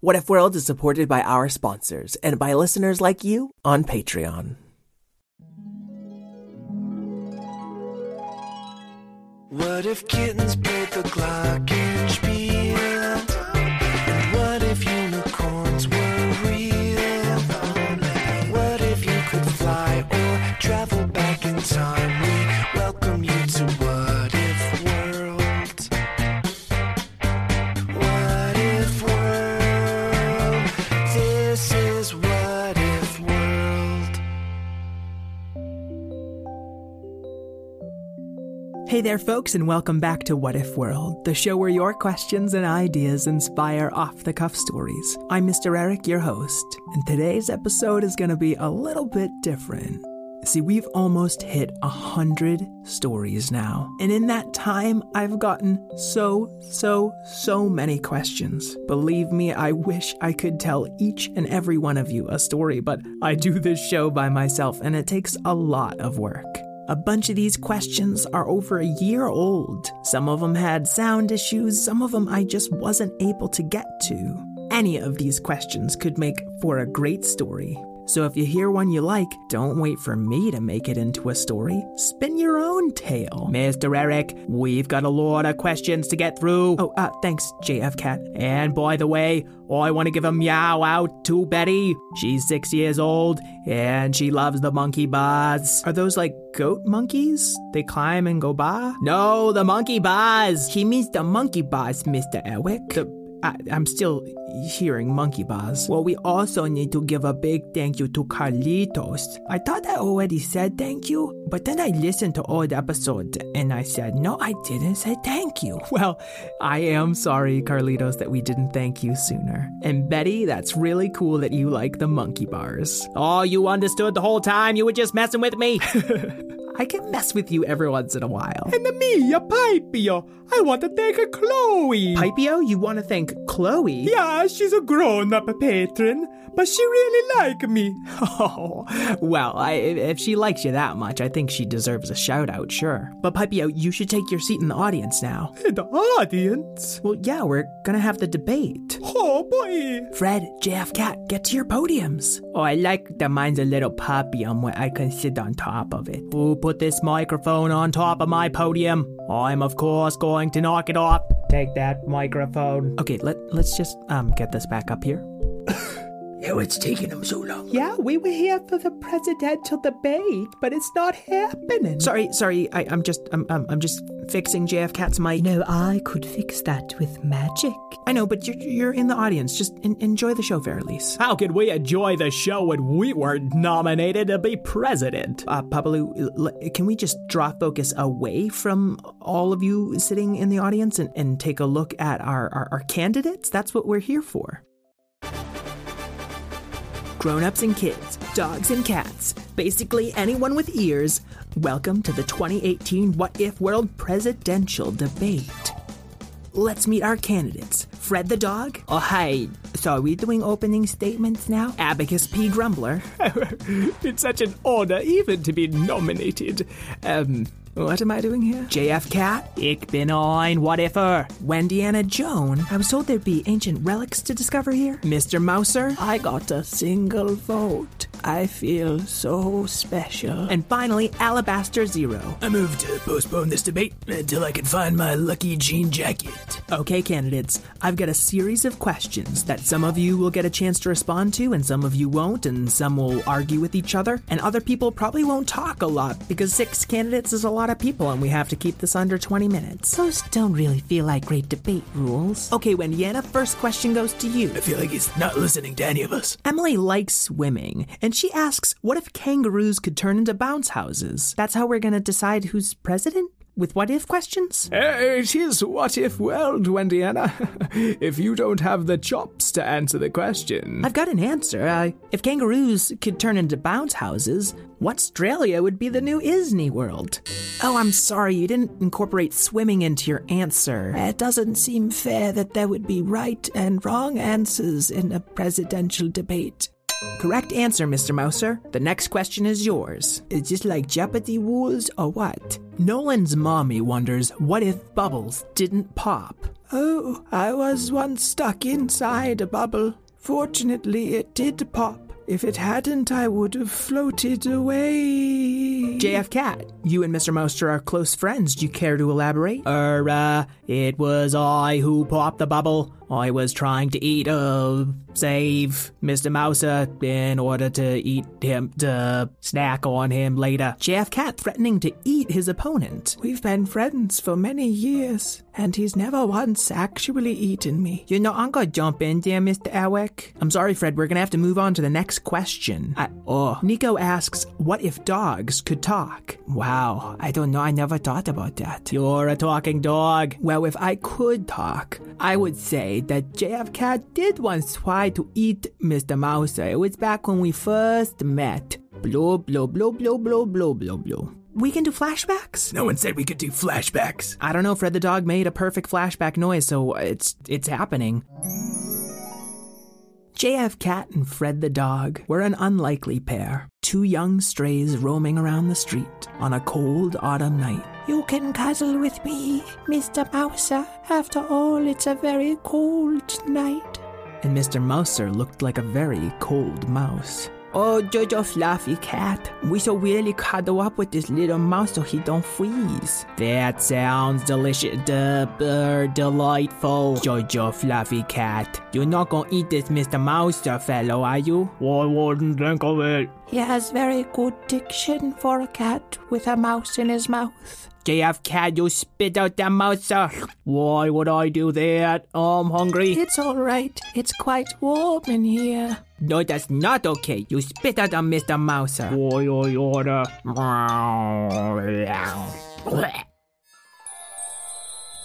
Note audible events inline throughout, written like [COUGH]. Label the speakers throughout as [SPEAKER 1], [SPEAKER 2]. [SPEAKER 1] What If World is supported by our sponsors and by listeners like you on Patreon.
[SPEAKER 2] What if kittens played the glockenspiel? And what if unicorns were real? What if you could fly or travel back in time? We welcome you to What If World. What if world? This is what if world.
[SPEAKER 1] Hey there, folks, and welcome back to What If World, the show where your questions and ideas inspire off the cuff stories. I'm Mr. Eric, your host, and today's episode is going to be a little bit different. See, we've almost hit a hundred stories now, and in that time, I've gotten so, so, so many questions. Believe me, I wish I could tell each and every one of you a story, but I do this show by myself, and it takes a lot of work. A bunch of these questions are over a year old. Some of them had sound issues, some of them I just wasn't able to get to. Any of these questions could make for a great story. So if you hear one you like, don't wait for me to make it into a story. Spin your own tale. Mr. Eric, we've got a lot of questions to get through. Oh, uh, thanks, JF Cat. And by the way, I want to give a meow out to Betty. She's six years old and she loves the monkey bars. Are those like goat monkeys? They climb and go ba? No, the monkey bars. He means the monkey bars, Mr. Eric. I, I'm still hearing monkey bars. Well, we also need to give a big thank you to Carlitos. I thought I already said thank you, but then I listened to old episodes and I said, no, I didn't say thank you. [LAUGHS] Well, I am sorry, Carlitos, that we didn't thank you sooner. And Betty, that's really cool that you like the monkey bars. Oh, you understood the whole time. You were just messing with me. [LAUGHS] I can mess with you every once in a while. And me, a Pipio. I want to thank Chloe. Pipio, you want to thank Chloe? Yeah, she's a grown-up patron, but she really liked me. [LAUGHS] Oh, well, I, if she likes you that much, I think she deserves a shout-out, sure. But Pipio, you should take your seat in the audience [LAUGHS] now.
[SPEAKER 3] The audience?
[SPEAKER 1] Well, yeah, we're gonna have the debate.
[SPEAKER 3] Oh boy!
[SPEAKER 1] Fred, JF Cat, get to your podiums. Oh, I like that mine's a little podium where I can sit on top of it. Who put this microphone on top of my podium? I'm of course going to knock it off. Take that microphone. Okay, let let's just um get this back up [LAUGHS] here.
[SPEAKER 3] Yeah, it's taking him so long.
[SPEAKER 1] Yeah, we were here for the presidential debate, but it's not happening. Sorry, sorry, I, I'm just I'm, I'm I'm just fixing JF Cat's mic.
[SPEAKER 4] No, I could fix that with magic.
[SPEAKER 1] I know, but you're, you're in the audience. Just en- enjoy the show, Verilise.
[SPEAKER 5] How could we enjoy the show when we were nominated to be president?
[SPEAKER 1] Uh, Papalu, l- l- can we just draw focus away from all of you sitting in the audience and, and take a look at our, our, our candidates? That's what we're here for. Grown ups and kids, dogs and cats, basically anyone with ears, welcome to the 2018 What If World presidential debate. Let's meet our candidates. Fred the dog. Oh, hi. So, are we doing opening statements now? Abacus P. Grumbler.
[SPEAKER 5] It's such an honor even to be nominated. Um,
[SPEAKER 1] What am I doing here? JF Cat. Ich bin ein Whatever. Wendiana Joan. I was told there'd be ancient relics to discover here. Mr. Mouser. I got a single vote. I feel so special. And finally, Alabaster Zero.
[SPEAKER 3] I move to postpone this debate until I can find my lucky jean jacket.
[SPEAKER 1] Okay, candidates, I've got a series of questions that some of you will get a chance to respond to, and some of you won't, and some will argue with each other, and other people probably won't talk a lot because six candidates is a lot of people, and we have to keep this under 20 minutes.
[SPEAKER 4] Those don't really feel like great debate rules.
[SPEAKER 1] Okay, Wendiana, first question goes to you.
[SPEAKER 3] I feel like he's not listening to any of us.
[SPEAKER 1] Emily likes swimming, and she asks, What if kangaroos could turn into bounce houses? That's how we're gonna decide who's president? With what if questions?
[SPEAKER 5] Eh, it is what if world, Wendiana. [LAUGHS] if you don't have the chops to answer the question.
[SPEAKER 1] I've got an answer. Uh, if kangaroos could turn into bounce houses, Australia would be the new Disney World. Oh, I'm sorry, you didn't incorporate swimming into your answer. It doesn't seem fair that there would be right and wrong answers in a presidential debate. Correct answer, Mr. Mouser. The next question is yours. Is this like Jeopardy rules or what? Nolan's mommy wonders what if bubbles didn't pop?
[SPEAKER 6] Oh, I was once stuck inside a bubble. Fortunately, it did pop. If it hadn't, I would have floated away.
[SPEAKER 1] JF Cat, you and Mr. Moster are close friends. Do you care to elaborate? Er, uh, it was I who popped the bubble. I was trying to eat, uh, save Mr. Mouser in order to eat him, to snack on him later.
[SPEAKER 6] JF Cat threatening to eat his opponent. We've been friends for many years, and he's never once actually eaten me.
[SPEAKER 1] You know, I'm gonna jump in there, Mr. Elwick. I'm sorry, Fred, we're gonna have to move on to the next question.
[SPEAKER 6] I, oh.
[SPEAKER 1] Nico asks, what if dogs could talk?
[SPEAKER 6] Wow, I don't know, I never thought about that.
[SPEAKER 1] You're a talking dog.
[SPEAKER 6] Well, if I could talk, I would say that JF Cat did once try to eat Mr. Mouser. It was back when we first met. Blow, blow, blow, blow, blow, blow, blow, blow.
[SPEAKER 7] We can do flashbacks?
[SPEAKER 5] No one said we could do flashbacks.
[SPEAKER 1] I don't know, Fred the dog made a perfect flashback noise, so it's it's happening.
[SPEAKER 6] JF Cat and Fred the dog were an unlikely pair, two young strays roaming around the street on a cold autumn night.
[SPEAKER 7] You can cuddle with me, Mr. Mouser. After all, it's a very cold night.
[SPEAKER 6] And Mr. Mouser looked like a very cold mouse.
[SPEAKER 7] Oh, Jojo Fluffy Cat, we should really cuddle up with this little mouse so he don't freeze.
[SPEAKER 1] That sounds delicious, de- er, delightful. Jojo Fluffy Cat, you're not gonna eat this Mr. Mouser fellow, are you?
[SPEAKER 8] I wouldn't think of it.
[SPEAKER 7] He has very good diction for a cat with a mouse in his mouth.
[SPEAKER 1] JF Cat, you spit out that mouser.
[SPEAKER 8] Why would I do that? I'm hungry.
[SPEAKER 7] It's all right. It's quite warm in here.
[SPEAKER 1] No, that's not okay. You spit out on Mr. Mouser.
[SPEAKER 8] Why I order?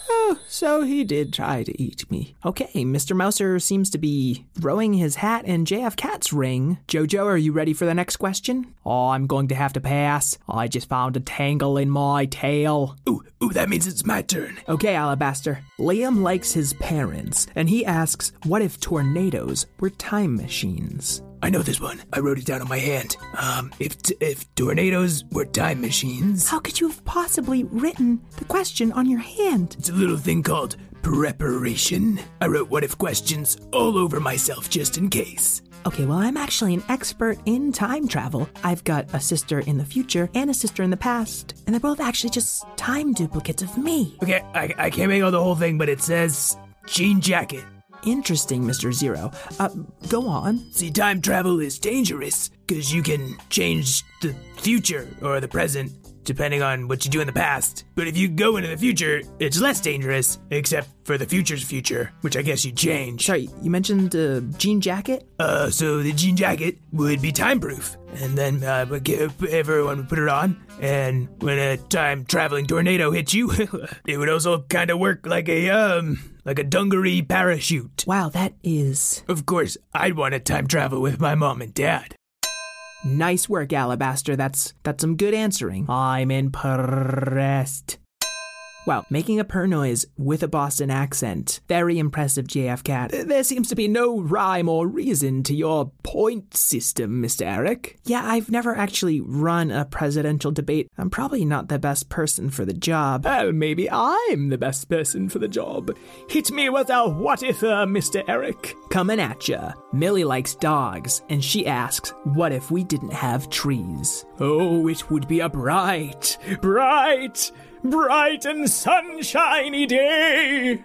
[SPEAKER 6] Oh, so he did try to eat me.
[SPEAKER 1] Okay, Mr. Mouser seems to be throwing his hat in JF Cat's ring. Jojo, are you ready for the next question? Oh, I'm going to have to pass. I just found a tangle in my tail.
[SPEAKER 5] Ooh, ooh, that means it's my turn.
[SPEAKER 1] Okay, Alabaster.
[SPEAKER 6] Liam likes his parents, and he asks, what if tornadoes were time machines?
[SPEAKER 5] I know this one. I wrote it down on my hand. Um, if t- if tornadoes were time machines,
[SPEAKER 7] how could you have possibly written the question on your hand?
[SPEAKER 5] It's a little thing called preparation. I wrote what if questions all over myself just in case.
[SPEAKER 7] Okay, well, I'm actually an expert in time travel. I've got a sister in the future and a sister in the past, and they're both actually just time duplicates of me.
[SPEAKER 5] Okay, I, I can't make out the whole thing, but it says jean jacket
[SPEAKER 6] interesting, Mr. Zero. Uh, go on.
[SPEAKER 5] See, time travel is dangerous because you can change the future or the present depending on what you do in the past. But if you go into the future, it's less dangerous, except for the future's future, which I guess you change.
[SPEAKER 1] Sorry, you mentioned uh, jean jacket?
[SPEAKER 5] Uh, so the jean jacket would be time proof. And then uh, everyone would put it on, and when a time traveling tornado hits you, [LAUGHS] it would also kind of work like a, um, like a dungaree parachute.
[SPEAKER 7] Wow, that is.
[SPEAKER 5] Of course, I'd want to time travel with my mom and dad.
[SPEAKER 1] Nice work, Alabaster. That's that's some good answering. I'm impressed. Wow, making a purr noise with a Boston accent. Very impressive, JF Cat. There seems to be no rhyme or reason to your point system, Mr. Eric. Yeah, I've never actually run a presidential debate. I'm probably not the best person for the job.
[SPEAKER 5] Well, maybe I'm the best person for the job. Hit me with a what if, Mr. Eric.
[SPEAKER 1] Coming at ya. Millie likes dogs, and she asks, what if we didn't have trees?
[SPEAKER 5] Oh, it would be a bright, bright, bright and sunshiny day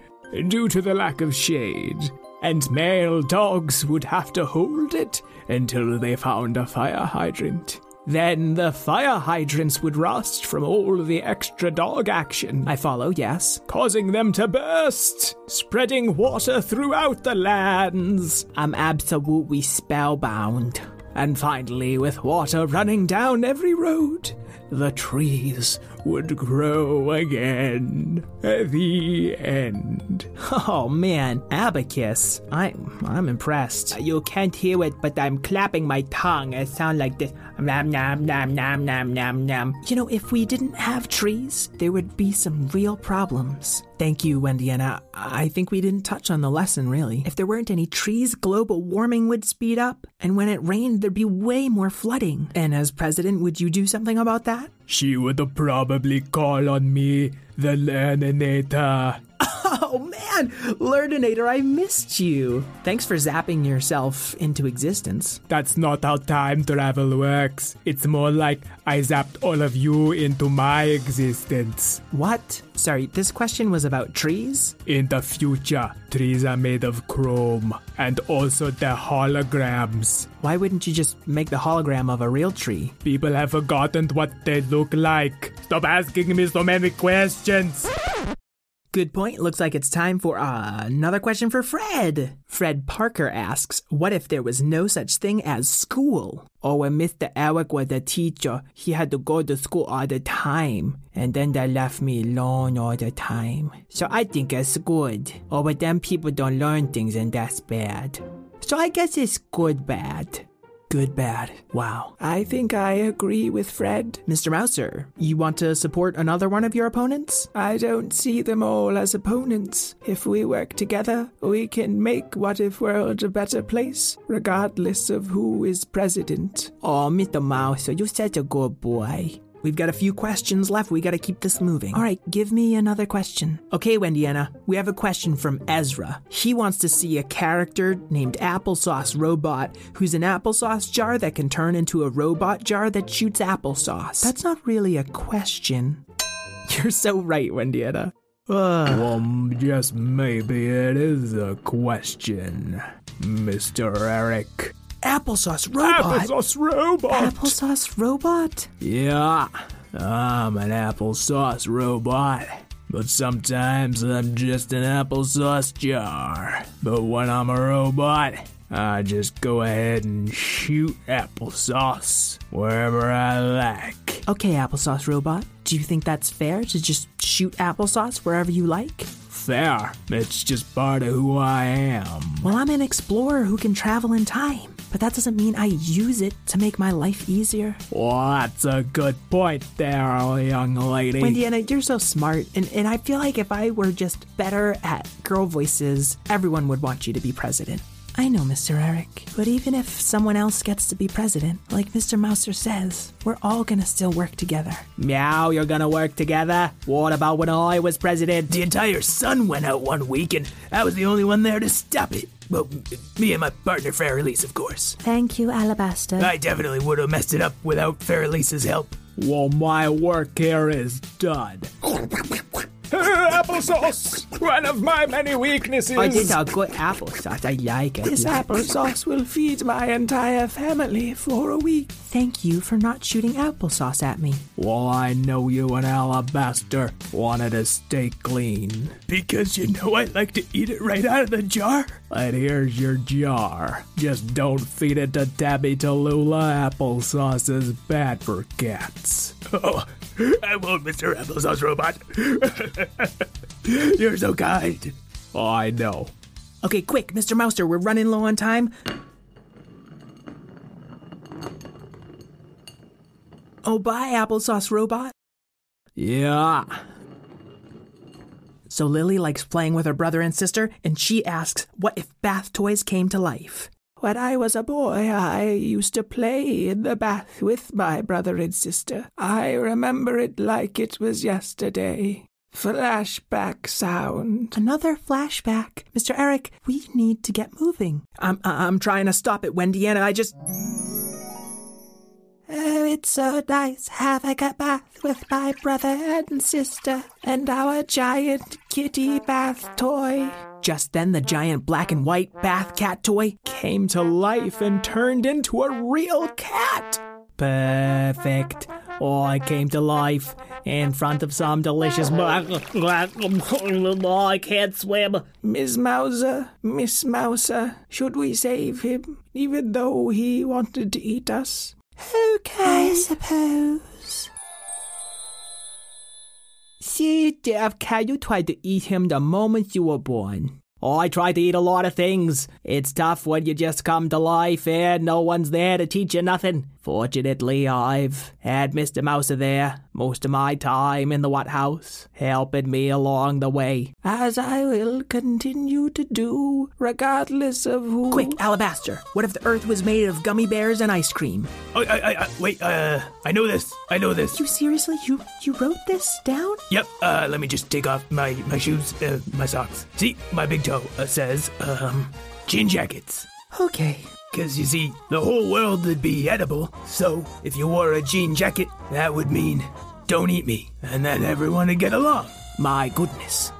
[SPEAKER 5] due to the lack of shade, and male dogs would have to hold it until they found a fire hydrant. Then the fire hydrants would rust from all the extra dog action.
[SPEAKER 1] I follow, yes.
[SPEAKER 5] Causing them to burst, spreading water throughout the lands.
[SPEAKER 1] I'm absolutely spellbound.
[SPEAKER 5] And finally, with water running down every road, the trees would grow again. At the end.
[SPEAKER 1] Oh man, Abacus, I I'm impressed.
[SPEAKER 9] You can't hear it, but I'm clapping my tongue. It sounds like this. Nom nom nom nom nom nom
[SPEAKER 1] Um,
[SPEAKER 9] nom.
[SPEAKER 7] You know, if we didn't have trees, there would be some real problems.
[SPEAKER 1] Thank you, Wendy, and I, I think we didn't touch on the lesson really.
[SPEAKER 7] If there weren't any trees, global warming would speed up, and when it rained, there'd be way more flooding.
[SPEAKER 1] And as president, would you do something about that? [LAUGHS]
[SPEAKER 8] She would probably call on me, the Laninator.
[SPEAKER 1] Oh man! man, Lerdinator, I missed you. Thanks for zapping yourself into existence.
[SPEAKER 5] That's not how time travel works. It's more like I zapped all of you into my existence.
[SPEAKER 1] What? Sorry, this question was about trees?
[SPEAKER 5] In the future, trees are made of chrome and also they're holograms.
[SPEAKER 1] Why wouldn't you just make the hologram of a real tree?
[SPEAKER 5] People have forgotten what they look like. Stop asking me so many questions.
[SPEAKER 1] Good point. Looks like it's time for uh, another question for Fred. Fred Parker asks, What if there was no such thing as school?
[SPEAKER 10] Oh, when Mr. Eric was a teacher, he had to go to school all the time. And then they left me alone all the time. So I think it's good. Oh, but then people don't learn things and that's bad. So I guess it's good bad.
[SPEAKER 1] Good bad. Wow.
[SPEAKER 11] I think I agree with Fred.
[SPEAKER 1] Mr. Mouser, you want to support another one of your opponents?
[SPEAKER 11] I don't see them all as opponents. If we work together, we can make What If World a better place, regardless of who is president.
[SPEAKER 10] Oh, Mr. Mouser, you're such a good boy.
[SPEAKER 1] We've got a few questions left. We got to keep this moving.
[SPEAKER 4] All right, give me another question.
[SPEAKER 1] Okay, Wendiana, we have a question from Ezra. He wants to see a character named Applesauce Robot who's an applesauce jar that can turn into a robot jar that shoots applesauce.
[SPEAKER 4] That's not really a question.
[SPEAKER 1] [LAUGHS] You're so right, Wendiana.
[SPEAKER 5] Uh. Well, just maybe it is a question, Mr. Eric.
[SPEAKER 1] Applesauce robot.
[SPEAKER 5] Applesauce robot.
[SPEAKER 4] Applesauce robot?
[SPEAKER 5] Yeah, I'm an applesauce robot. But sometimes I'm just an applesauce jar. But when I'm a robot, I just go ahead and shoot applesauce wherever I like.
[SPEAKER 4] Okay, applesauce robot, do you think that's fair to just shoot applesauce wherever you like?
[SPEAKER 5] Fair. It's just part of who I am.
[SPEAKER 4] Well, I'm an explorer who can travel in time but that doesn't mean I use it to make my life easier.
[SPEAKER 5] Well, that's a good point there, young lady.
[SPEAKER 1] Wendiana, you're so smart, and, and I feel like if I were just better at girl voices, everyone would want you to be president.
[SPEAKER 4] I know, Mr. Eric, but even if someone else gets to be president, like Mr. Mouser says, we're all gonna still work together.
[SPEAKER 1] Meow, you're gonna work together? What about when I was president?
[SPEAKER 12] The entire sun went out one week, and I was the only one there to stop it. Well, me and my partner Fairlease, of
[SPEAKER 1] [LAUGHS]
[SPEAKER 12] course.
[SPEAKER 4] Thank you, Alabaster.
[SPEAKER 12] I definitely would have messed it up without Fairlease's help.
[SPEAKER 5] Well, my work here is done. applesauce! One of my many weaknesses!
[SPEAKER 10] I did a good applesauce. I like it.
[SPEAKER 11] This applesauce will feed my entire family for a week.
[SPEAKER 4] Thank you for not shooting applesauce at me.
[SPEAKER 5] Well, I know you and Alabaster wanted to stay clean.
[SPEAKER 12] Because you know I like to eat it right out of the jar?
[SPEAKER 5] And here's your jar. Just don't feed it to Tabby Tallulah. Applesauce is bad for cats.
[SPEAKER 12] Oh, I won't, Mr. Applesauce
[SPEAKER 5] [LAUGHS]
[SPEAKER 12] Robot. You're so kind.
[SPEAKER 5] Oh, I know.
[SPEAKER 1] Okay, quick, Mr. Mouser, we're running low on time. Oh, bye, Applesauce Robot.
[SPEAKER 5] Yeah.
[SPEAKER 1] So Lily likes playing with her brother and sister, and she asks, What if bath toys came to life?
[SPEAKER 11] When I was a boy, I used to play in the bath with my brother and sister. I remember it like it was yesterday. Flashback sound.
[SPEAKER 4] Another flashback. Mr. Eric, we need to get moving.
[SPEAKER 1] I'm, I'm trying to stop it, Wendiana. I just.
[SPEAKER 13] Oh, it's so nice having a bath with my brother and sister and our giant kitty bath toy.
[SPEAKER 1] Just then, the giant black and white bath cat toy came to life and turned into a real cat.
[SPEAKER 10] Perfect. Oh, I came to life in front of some
[SPEAKER 1] [LAUGHS]
[SPEAKER 10] delicious. Oh, I can't swim.
[SPEAKER 11] Miss Mouser, Miss Mouser, should we save him, even though he wanted to eat us?
[SPEAKER 13] Okay. I suppose.
[SPEAKER 10] See, JFK, you tried to eat him the moment you were born.
[SPEAKER 1] Oh, I try to eat a lot of things. It's tough when you just come to life and no one's there to teach you nothing. Fortunately, I've had Mr. Mouser there most of my time in the Watt House, helping me along the way.
[SPEAKER 14] As I will continue to do, regardless of who.
[SPEAKER 15] Quick, Alabaster, what if the earth was made of gummy bears and ice cream?
[SPEAKER 5] Oh, I, I, I, wait, uh, I know this. I know this.
[SPEAKER 15] You seriously? You you wrote this down?
[SPEAKER 5] Yep. Uh, let me just take off my my shoes, uh, my socks. See, my big toe uh, says um, jean jackets.
[SPEAKER 15] Okay.
[SPEAKER 5] Because you see, the whole world would be edible. So if you wore a jean jacket, that would mean don't eat me, and then everyone would get along.
[SPEAKER 1] My goodness.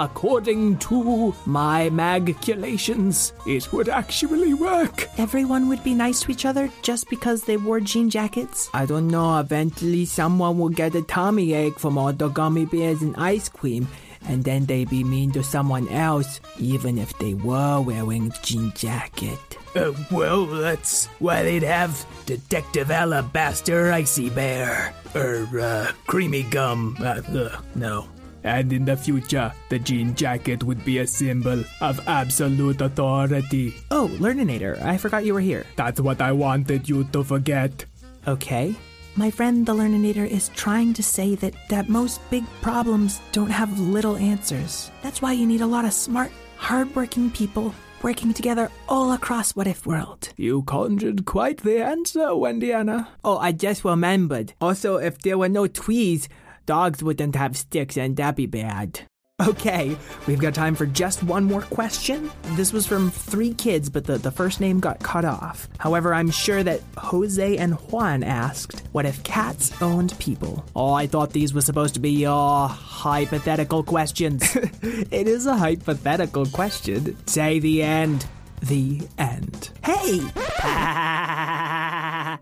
[SPEAKER 1] According to my magculations, it would actually work.
[SPEAKER 15] Everyone would be nice to each other just because they wore jean jackets?
[SPEAKER 1] I don't know. Eventually, someone will get a tummy ache from all the gummy bears and ice cream and then they be mean to someone else, even if they were wearing jean jacket.
[SPEAKER 5] Uh, well, that's why they'd have Detective Alabaster Icy Bear or uh, Creamy Gum. Uh, uh, no.
[SPEAKER 16] And in the future, the jean jacket would be a symbol of absolute authority.
[SPEAKER 1] Oh, Learninator, I forgot you were here.
[SPEAKER 16] That's what I wanted you to forget.
[SPEAKER 1] Okay.
[SPEAKER 15] My friend the Learninator is trying to say that, that most big problems don't have little answers. That's why you need a lot of smart, hardworking people working together all across What If World.
[SPEAKER 16] You conjured quite the answer, Wendiana.
[SPEAKER 1] Oh, I just remembered. Also, if there were no trees, dogs wouldn't have sticks and that'd be bad. Okay, we've got time for just one more question. This was from three kids, but the, the first name got cut off. However, I'm sure that Jose and Juan asked, What if cats owned people? Oh, I thought these were supposed to be your hypothetical questions. [LAUGHS]
[SPEAKER 16] it is a hypothetical question.
[SPEAKER 1] Say the end. The end.
[SPEAKER 15] Hey!
[SPEAKER 1] [LAUGHS]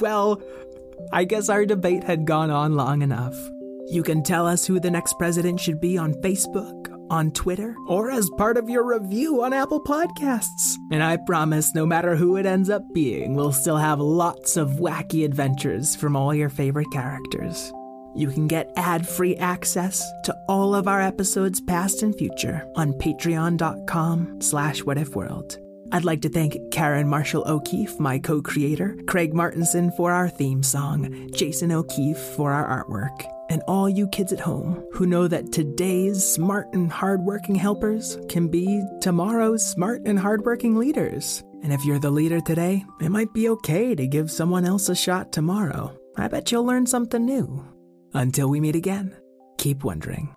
[SPEAKER 1] well, I guess our debate had gone on long enough. You can tell us who the next president should be on Facebook, on Twitter, or as part of your review on Apple Podcasts. And I promise, no matter who it ends up being, we'll still have lots of wacky adventures from all your favorite characters. You can get ad free access to all of our episodes, past and future, on patreon.com slash whatifworld. I'd like to thank Karen Marshall O'Keefe, my co creator, Craig Martinson for our theme song, Jason O'Keefe for our artwork, and all you kids at home who know that today's smart and hardworking helpers can be tomorrow's smart and hardworking leaders. And if you're the leader today, it might be okay to give someone else a shot tomorrow. I bet you'll learn something new. Until we meet again, keep wondering.